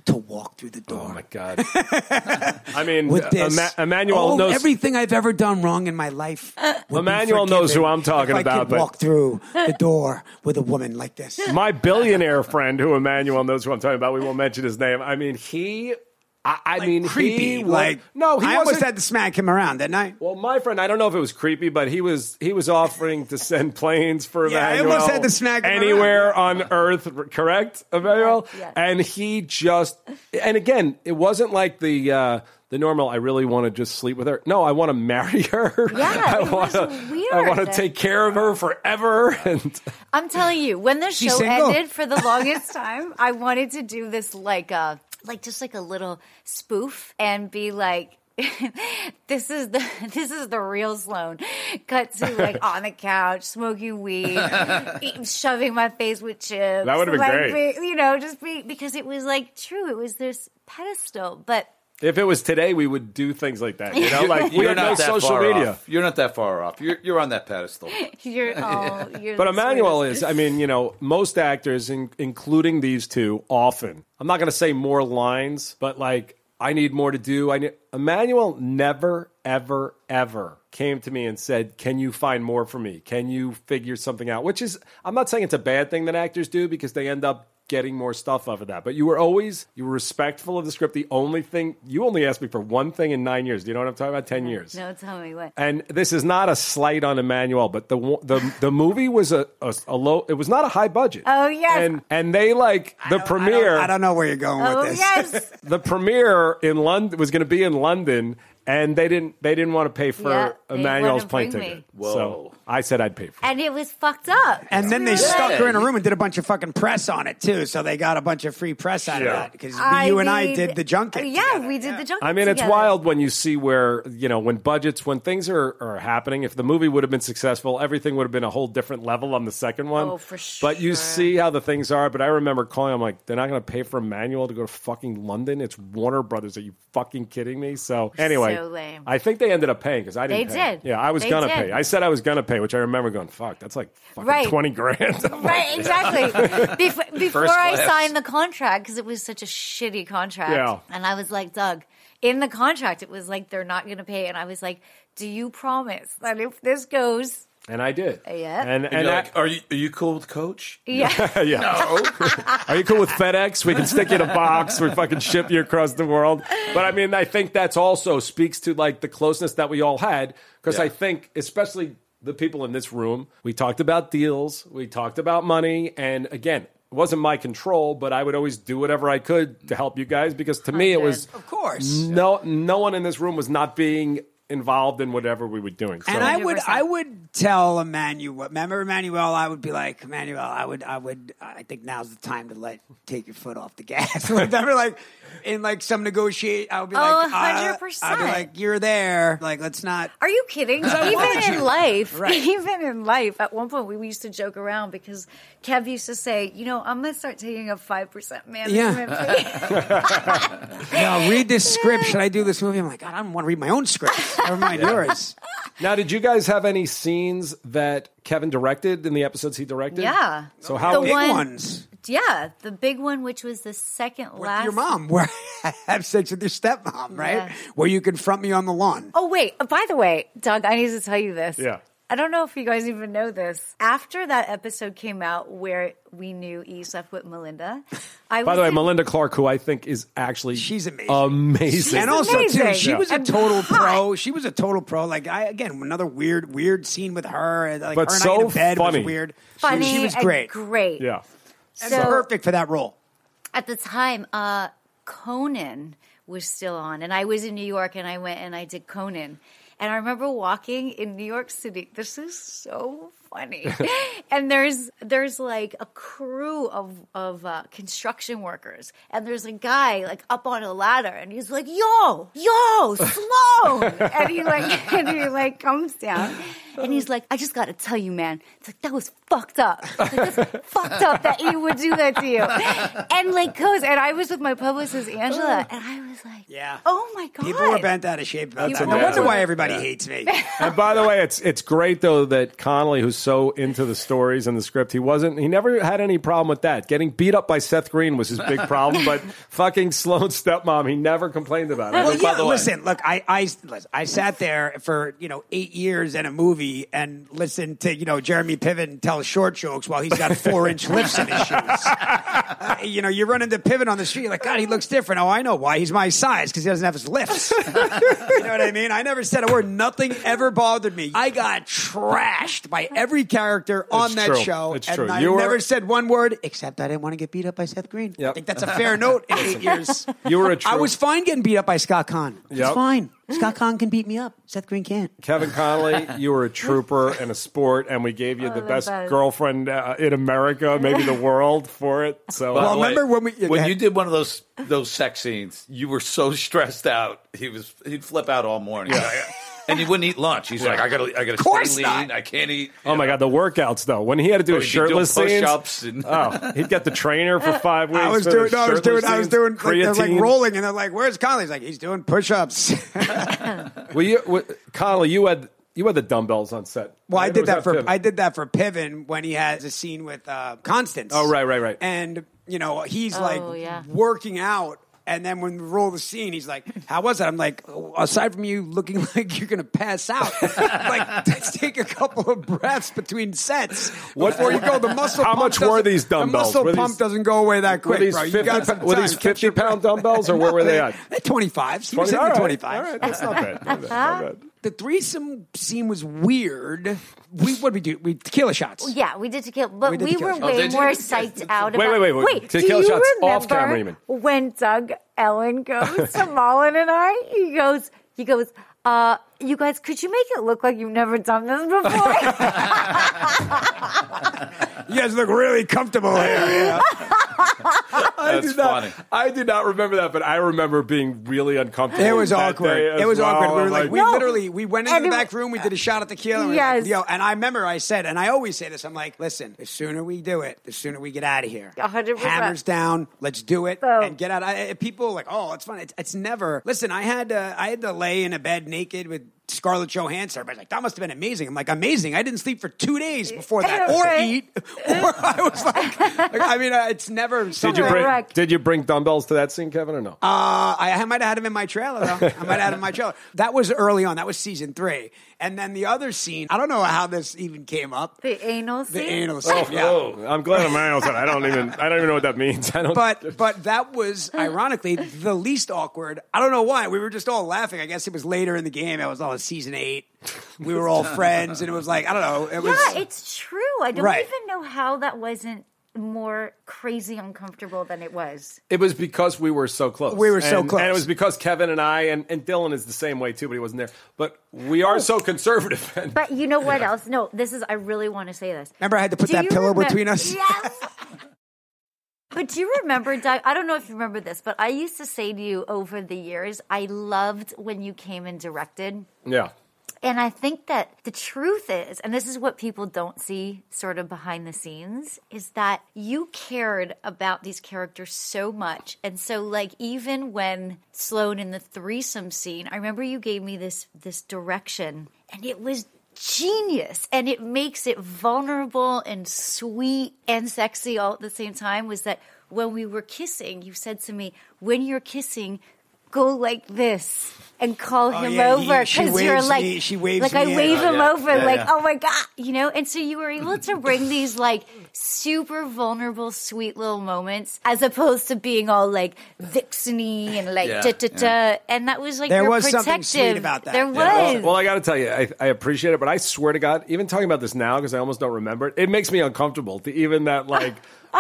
to walk through the door? Oh my (laughs) God. I mean, With this, Emma- Emmanuel oh, knows. everything I've ever done wrong in my life. Uh, would be Emmanuel knows who forgiven I'm talking if I about, Could but- walk through the door with a woman (laughs) like this. (laughs) my billionaire friend, who Emmanuel knows who I'm talking about, we won't mention his name. I mean, he. I, I mean, creepy. He, wa- like no, he I wasn't, almost had to smack him around, didn't I? Well, my friend, I don't know if it was creepy, but he was he was offering to send (laughs) planes for Yeah, I Emmanuel almost had to smack him anywhere on Earth. r- Correct, Emmanuel. Correct, yes. And he just and again, it wasn't like the uh, the normal. I really want to just sleep with her. No, I want to marry (laughs) her. Yeah, I it was want to. weird. I want to take care of her forever. (laughs) And I'm telling you, when the She's show single. ended (laughs) for the longest time, I wanted to do this like uh like just like a little spoof and be like (laughs) this is the (laughs) this is the real Sloan. Cut to like on the couch, (laughs) smoking weed, eat- shoving my face with chips. That would've been like, great. be- you know, just be because it was like true. It was this pedestal, but if it was today, we would do things like that. You (laughs) know, like we You're have not no that social far media. Off. You're not that far off. You're, you're on that pedestal. (laughs) you're all you're But the Emmanuel sweetest. is, I mean, you know, most actors, in, including these two, often, I'm not going to say more lines, but like, I need more to do. I need, Emmanuel never, ever, ever came to me and said, Can you find more for me? Can you figure something out? Which is, I'm not saying it's a bad thing that actors do because they end up getting more stuff out of that. But you were always, you were respectful of the script. The only thing, you only asked me for one thing in nine years. Do you know what I'm talking about? 10 years. No, tell me what. And this is not a slight on Emmanuel, but the wo- the the movie was a, a, a low. It was not a high budget. Oh, yes. and and they like the I don't- I premiere. don't, I don't know where you're going Oh with this. yes. The premiere in London was going to be in London, and they didn't they didn't want to pay for Yeah, they Emmanuel's wouldn't plane bring ticket. me. So I said I'd pay for. it. And it was fucked up. And then they Yeah. stuck her in a room and did a bunch of fucking press on it too, so they got a bunch of free press out Yeah. of that because I you and I mean, did the junket. Yeah, together. we did the junket. I mean, it's together. wild when you see where you know when budgets, when things are are happening. If the movie would have been successful, everything would have been a whole different level on the second one. Oh, for But you sure. see how the things are. But I remember calling. I'm like, they're not going to pay for Emmanuel to go to fucking London. It's Warner Brothers. Are you fucking kidding me? So anyway, So lame. I think they ended up paying because I didn't. They pay. did. Yeah, I was They gonna did. pay. I said I was gonna pay, which I remember going, fuck, that's like fucking Right. twenty grand. I'm like, (laughs) (laughs) Right, exactly. Before, before I class. signed the contract, because it was such a shitty contract. Yeah. And I was like, Doug, in the contract, it was like they're not going to pay. And I was like, do you promise that if this goes, and I did. Yeah. And and, And you're I- like, are you are you cool with Coach? Oh, (laughs) yeah, yeah. No. Are you cool with FedEx? We can stick you in a box. We fucking ship you across the world. But I mean, I think that's also speaks to like the closeness that we all had. Because I Yeah. think, especially the people in this room, we talked about deals, we talked about money. And again, it wasn't my control, but I would always do whatever I could to help you guys because to me, it was of course. no, no one in this room was not being involved in whatever we were doing. So, And I would, 100%. I would tell Emmanuel. Remember Emmanuel? I would be like, Emmanuel, I would, I would, I think now's the time to let take your foot off the gas. (laughs) Remember, like in like some negotiate, I would be Oh, like, uh, I'd 100%. be like, you're there. Like, let's not. Are you (laughs) kidding? wanted Even you. in life, Right. (laughs) even in life, at one point we, we used to joke around because Kev used to say, you know, I'm going to start taking a 5% management (laughs) fee. Yeah, read this script. Should I do this movie? I'm like, God, I don't want to read my own script. Never mind yours. Now, did you guys have any scenes that Kevin directed in the episodes he directed? Yeah. So The how Big one- ones. Yeah, the big one, which was the second With last. your mom, (laughs) where I have sex with your stepmom, right? Yeah. Where you confront me on the lawn. Oh wait, uh, by the way, Doug, I need to tell you this. Yeah. I don't know if you guys even know this. After that episode came out where we knew E slept with Melinda, By I was the way, in- Melinda Clark, who I think is actually She's amazing. amazing. and also too, amazing. she Yeah. was a And total hot. pro. She was a total pro. Like I again, another weird, weird scene with her. and, Like But her and so I in bed funny. was weird. funny. she, she was and great. Great. yeah. And So- perfect for that role. at the time, uh, Conan was still on, and I was in New York, and I went and I did Conan, and I remember walking in New York City. This is so funny, and there's there's like a crew of of uh, construction workers, and there's a guy like up on a ladder, and he's like, "Yo, yo, Sloan," and he like (laughs) and he like comes down. And he's like, I just gotta tell you, man. It's like that was fucked up. Like, that's fucked up that he would do that to you. And like goes, and I was with my publicist Angela, and I was like, Yeah. oh my god, People were bent out of shape. About That's that. No amazing. wonder why everybody hates me. (laughs) And by the way, it's it's great though that Connolly, who's so into the stories and the script, he wasn't he never had any problem with that. Getting beat up by Seth Green was his (laughs) big problem, but fucking Sloan's stepmom, he never complained about it. Well, Look, by yeah, the way- listen, look, I, I, listen, I sat there for, you know, eight years in a movie and listened to, you know, Jeremy Piven tell short jokes while he's got (laughs) four inch lifts in his shoes. Uh, you know, you run into Piven on the street, you're like, God, he looks different. Oh, I know why. He's my size because he doesn't have his lifts. (laughs) you know what I mean? I never said a word. Nothing ever bothered me. I got trashed by every character on that true. show. It's and true. I You were- never said one word except I didn't want to get beat up by Seth Green. I Yep. think that's a fair note in (laughs) eight years. You were a true I was fine getting beat up by Scott Kahn. Yep. It's fine. Scott Kahn can beat me up. Seth Green can't. Kevin Connolly, you were a trooper and a sport, and we Oh, gave you the the best best. girlfriend uh, in America, maybe the world, for it. So, By uh, the way, remember when we- yeah, go when ahead. you did one of those those sex scenes, you were so (laughs) stressed out. He was he'd flip out all morning, and he wouldn't eat lunch. He's like, I gotta, I gotta course stay not. lean. I can't eat. oh my god, the workouts though. When he had to do Oh, a he'd be doing shirtless scene, push-ups and- oh, he'd get the trainer (laughs) for five weeks. I was for doing, the no, I was doing, shirtless I was scenes, doing, like, they're like creatine. rolling and they're like, where's Conley? He's like, he's doing push (laughs) ups. Well, you, well, Connolly, you had you had the dumbbells on set. Well, I Right? Or did was that for Piven? I did that for Piven when he has a scene with uh, Constance. Oh, right, right, right. And you know he's like yeah. working out, and then when we roll the scene, he's like, "How was it?" I'm like, "Oh, "Aside from you looking (laughs) like you're gonna pass out, like let's take a couple of breaths between sets What- before you go." The muscle. How pump much were doesn't- these dumbbells? The muscle Were pump these- doesn't go away that Were quick, these bro. You 50, got some were time. these Catch 50 your breath. pound dumbbells or where were they (laughs) at? They're 25s. He was All hitting the right, 25s All right, that's not bad. Not bad, not bad. the threesome scene was weird. We what we do? We tequila shots. Yeah, we did tequila, but We we, did tequila were shots. Oh, way did you? more psyched out Wait, about. wait, wait, wait. do Tequila you shots off remember camera, you mean. When Doug Ellen goes to Mullen and I, he goes, he goes, uh, you guys, could you make it look like you've never done this before? (laughs) You guys look really comfortable here. Yeah. I That's do not. funny. I do not remember that, but I remember being really uncomfortable. It was that awkward. day as It was well. awkward. We I'm were like, we No. literally we went into And the it- back room. We did a shot at tequila. and we were Yes. like, Yo, and I remember I said, and I always say this. I'm like, listen, the sooner we do it, the sooner we get out of here. A hundred percent. Hammers down. Let's do it So- and get out. I, I- people are like, oh, it's fun. It's, it's never. Listen, I had uh, I had to lay in a bed naked with. Scarlett Johansson. Everybody's like, that must have been amazing. I'm like, amazing. I didn't sleep for two days before that, or Right. eat, (laughs) or I was like, like, I mean, uh, it's never. Did you something- bring? Correct. Did you bring dumbbells to that scene, Kevin, or no? uh, I, I might have had him in my trailer, though. I might have had him in my (laughs) trailer. That was early on. That was season three. And then the other scene, I don't know how this even came up. the anal The scene. anal scene, (laughs) yeah. Oh, I'm glad I'm out. I don't even. I don't even know what that means. (laughs) I don't. But but that was ironically the least awkward. I don't know why. We were just all laughing. I guess it was later in the game. It was all season eight. We were all friends, and it was like I don't know. It was Yeah, it's true. I don't Right. even know how that wasn't more crazy uncomfortable than it was. It was because we were so close. We were so And- close. And it was because Kevin and I and, and Dylan is the same way too, but he wasn't there. But we Oh. are so conservative. (laughs) And But you know what else? No, this is. I really want to say this. Remember I had to put Do that you pillow remem- between us? (laughs) Yes. But do you remember, Doug? I don't know if you remember this, but I used to say to you over the years, I loved when you came and directed. yeah. And I think that the truth is, and this is what people don't see sort of behind the scenes, is that you cared about these characters so much. And so like even when Sloan in the threesome scene, I remember you gave me this this direction and it was genius and it makes it vulnerable and sweet and sexy all at the same time was that when we were kissing you said to me when you're kissing go like this and call him Oh, yeah, he- over she because you're waves like me- she waves like I me in. wave Oh, him yeah. over Yeah, like yeah. oh my god you know and so you were able to bring these like super vulnerable sweet little moments as opposed to being all like vixeny and like Yeah, da da da and that was like There your was something protective sweet about that. there Yeah. was Well, I got to tell you, I, I appreciate it, but I swear to God, even talking about this now because I almost don't remember it, it makes me uncomfortable. To even that, like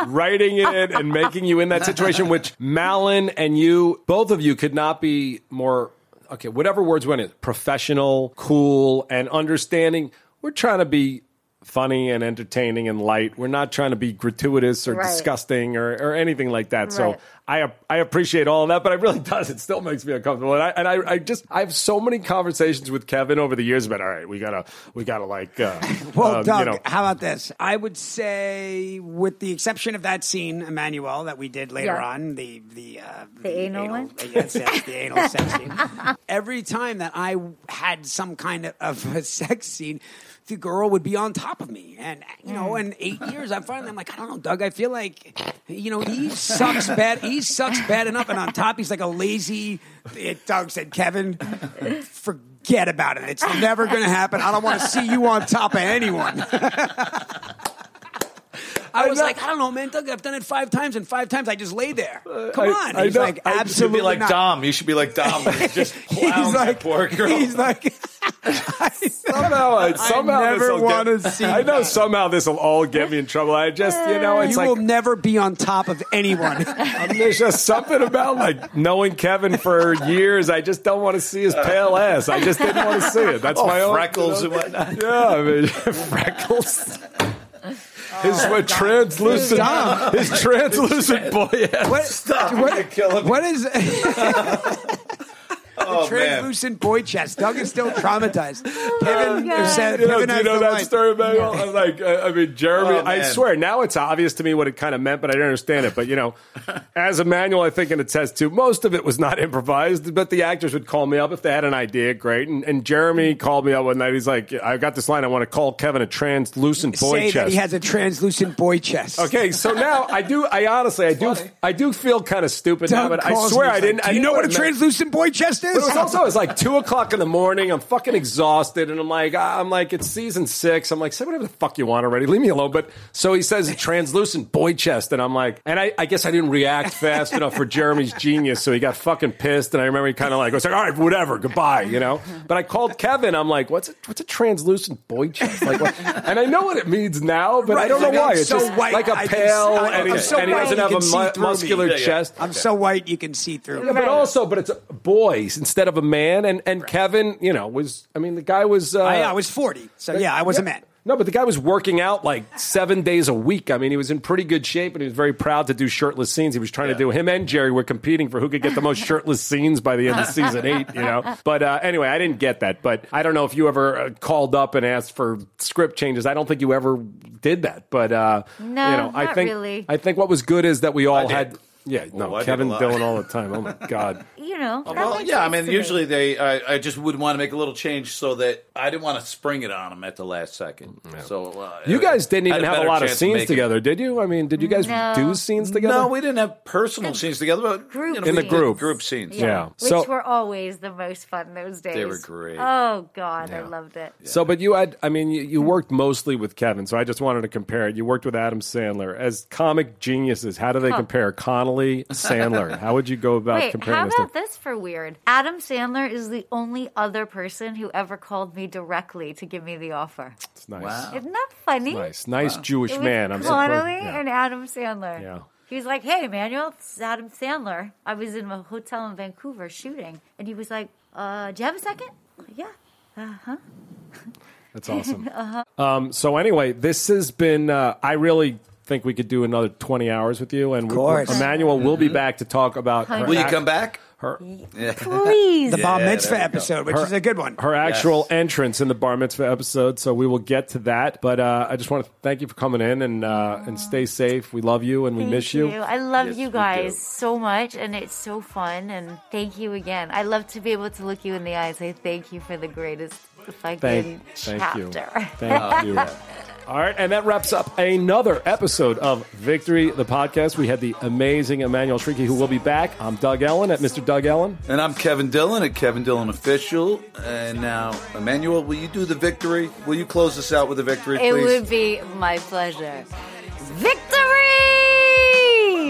writing it and making you in that situation, which Malin and you, both of you, could not be more okay. Whatever words went in, professional, cool, and understanding. We're trying to be funny and entertaining and light. We're not trying to be gratuitous or Right. disgusting or, or anything like that. So Right. I I appreciate all of that, but it really (laughs) does. It still makes me uncomfortable. And I and I, I just I have so many conversations with Kevin over the years about all right, we gotta we gotta like uh, (laughs) Well, um, Doug, (laughs) you know how about this? I would say, with the exception of that scene, Emmanuel, that we did later Yeah. on, the the uh, the, anal one? yes, yes, (laughs) the anal sex scene. Every time that I had some kind of, of a sex scene, the girl would be on top of me, and you Mm. know, in eight years, I'm finally, I'm like, I don't know, Doug, I feel like, you know, he sucks bad, he sucks bad enough, and on top, he's like a lazy. It, Doug said, Kevin, forget about it. It's never going to happen. I don't want to see you on top of anyone. I was like, I don't know, man, Doug. I've done it five times, and five times I just lay there. Come I- on. I he's know. like, I- you should be You should absolutely be like not. Dom. You should be like (laughs) Dom. Just He's clown like, that poor girl. (laughs) he's like, (laughs) somehow I, somehow never this'll get- (laughs) wanna see I know that. somehow this will all get me in trouble. I just you know it's you like will never be on top of (laughs) anyone. I mean, (laughs) there's just something about like knowing Kevin for years. I just don't want to see his pale ass. I just didn't want to see it. Oh, That's my own (laughs) freckles and whatnot. Yeah, I mean, (laughs) freckles. His what, translucent, his translucent boy ass. (laughs) Stop. What- You're killing me. what (laughs) is Oh, man. (laughs) translucent boy chest? Doug is still traumatized. Kevin God. said, Oh, You know, Kevin do you has know the that line. story, Manuel? I'm Like, uh, I, I mean, Jeremy. Oh, I man. swear, now it's obvious to me what it kind of meant, but I didn't understand it. But you (laughs) know, as a manual, I think, and it says too, most of it was not improvised. But the actors would call me up if they had an idea. Great, and, and Jeremy called me up one night. He's like, "I got this line. I want to call Kevin a translucent boy Say chest." that he has a translucent boy chest. Okay, so now I do. I honestly, I do. I do feel kind of stupid now, Doug but I calls swear me, I he's didn't. like, I Do you didn't know what it a meant. translucent boy chest is? But it was also it was like two o'clock in the morning. I'm fucking exhausted, and I'm like, ah, I'm like, it's season six. I'm like, say whatever the fuck you want already. Leave me alone. But so he says translucent boy chest, and I'm like, and I, I guess I didn't react fast enough for Jeremy's genius, so he got fucking pissed. And I remember he kind of like was like, all right, whatever, goodbye, you know. But I called Kevin. I'm like, what's a, what's a translucent boy chest? Like, what? and I know what it means now, but I Right, don't know like, why. I'm it's so just white, like a I can- pale, I- and, I'm he, so and he white, doesn't you have a can see mu- through me. muscular Yeah, yeah. chest. (laughs) I'm so white you can see through. But also, but it's boys instead of a man. And and Kevin, you know, was I mean, the guy was. Uh, I, I was 40, so yeah, I was a yeah. man. No, but the guy was working out like seven days a week. I mean, he was in pretty good shape, and he was very proud to do shirtless scenes. He was trying to Yeah. do him and Jerry were competing for who could get the most shirtless scenes by the end of season eight. You know, but uh, anyway, I didn't get that. But I don't know if you ever uh, called up and asked for script changes. I don't think you ever did that. But uh, No, you know, I not think really. I think what was good is that we all did. Oh, had. Yeah, no, I did a Kevin lot. Dillon all the time. Oh (laughs) my god. you know that Well, makes yeah, I sense mean, to me. usually they, I, I just would want to make a little change so that I didn't want to spring it on them at the last second. So uh, Mm, You guys didn't I had even have a better lot of chance scenes making- together, did you? I mean, did you guys No. do scenes together? No, we didn't have personal scenes together, but Group you know, In the we did group. group scenes. Yeah. Which So- were always the most fun those days. They were great. Oh God, I Yeah. loved it. So, but you had, I mean, you, you worked mostly with Kevin, so I just wanted to compare it. You worked with Adam Sandler. As comic geniuses, how do they compare? Connolly, (laughs) Sandler. How would you go about Wait, comparing how this to- about this for weird? Adam Sandler is the only other person who ever called me directly to give me the offer. It's nice. Wow. Isn't that funny? Oh, Nice. Nice Jewish It was man. I'm surprised. Connolly yeah. and Adam Sandler. Yeah. He was like, "Hey, Manuel, this is Adam Sandler. I was in a hotel in Vancouver shooting, and he was like, uh, do you have a second? I'm like, yeah." That's (laughs) awesome. Uh-huh. um, so anyway, this has been. Uh, I really think we could do another twenty hours with you, and of course. Emmanuel will be back to talk about. her Will you act- come back? Her Please. The Bar Yeah, Mitzvah there we go. episode, which Her- is a good one. her actual Yes. entrance in the bar mitzvah episode. So we will get to that. But uh, I just want to thank you for coming in and uh, and stay safe. We love you and we Thank miss you. I love Yes, you we guys do. so much, and it's so fun. And thank you again. I love to be able to look you in the eye and say thank you for the greatest fucking Thank, thank you. chapter. Thank you. All right, and that wraps up another episode of Victory, the podcast. We had the amazing Emmanuel Shrieky, who will be back. I'm Doug Ellen at Mr. Doug Ellen. And I'm Kevin Dillon at Kevin Dillon Official. And now, Emmanuel, will you do the victory? Will you close us out with a victory, It please? would be my pleasure. Victory!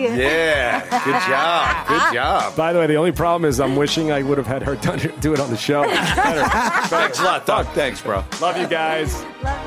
Yeah. Good job. (laughs) Good job. By the way, the only problem is I'm wishing I would have (laughs) (laughs) had her done it, do it on the show. Better. Thanks a lot, Doc. Thanks, bro. Love you guys. Love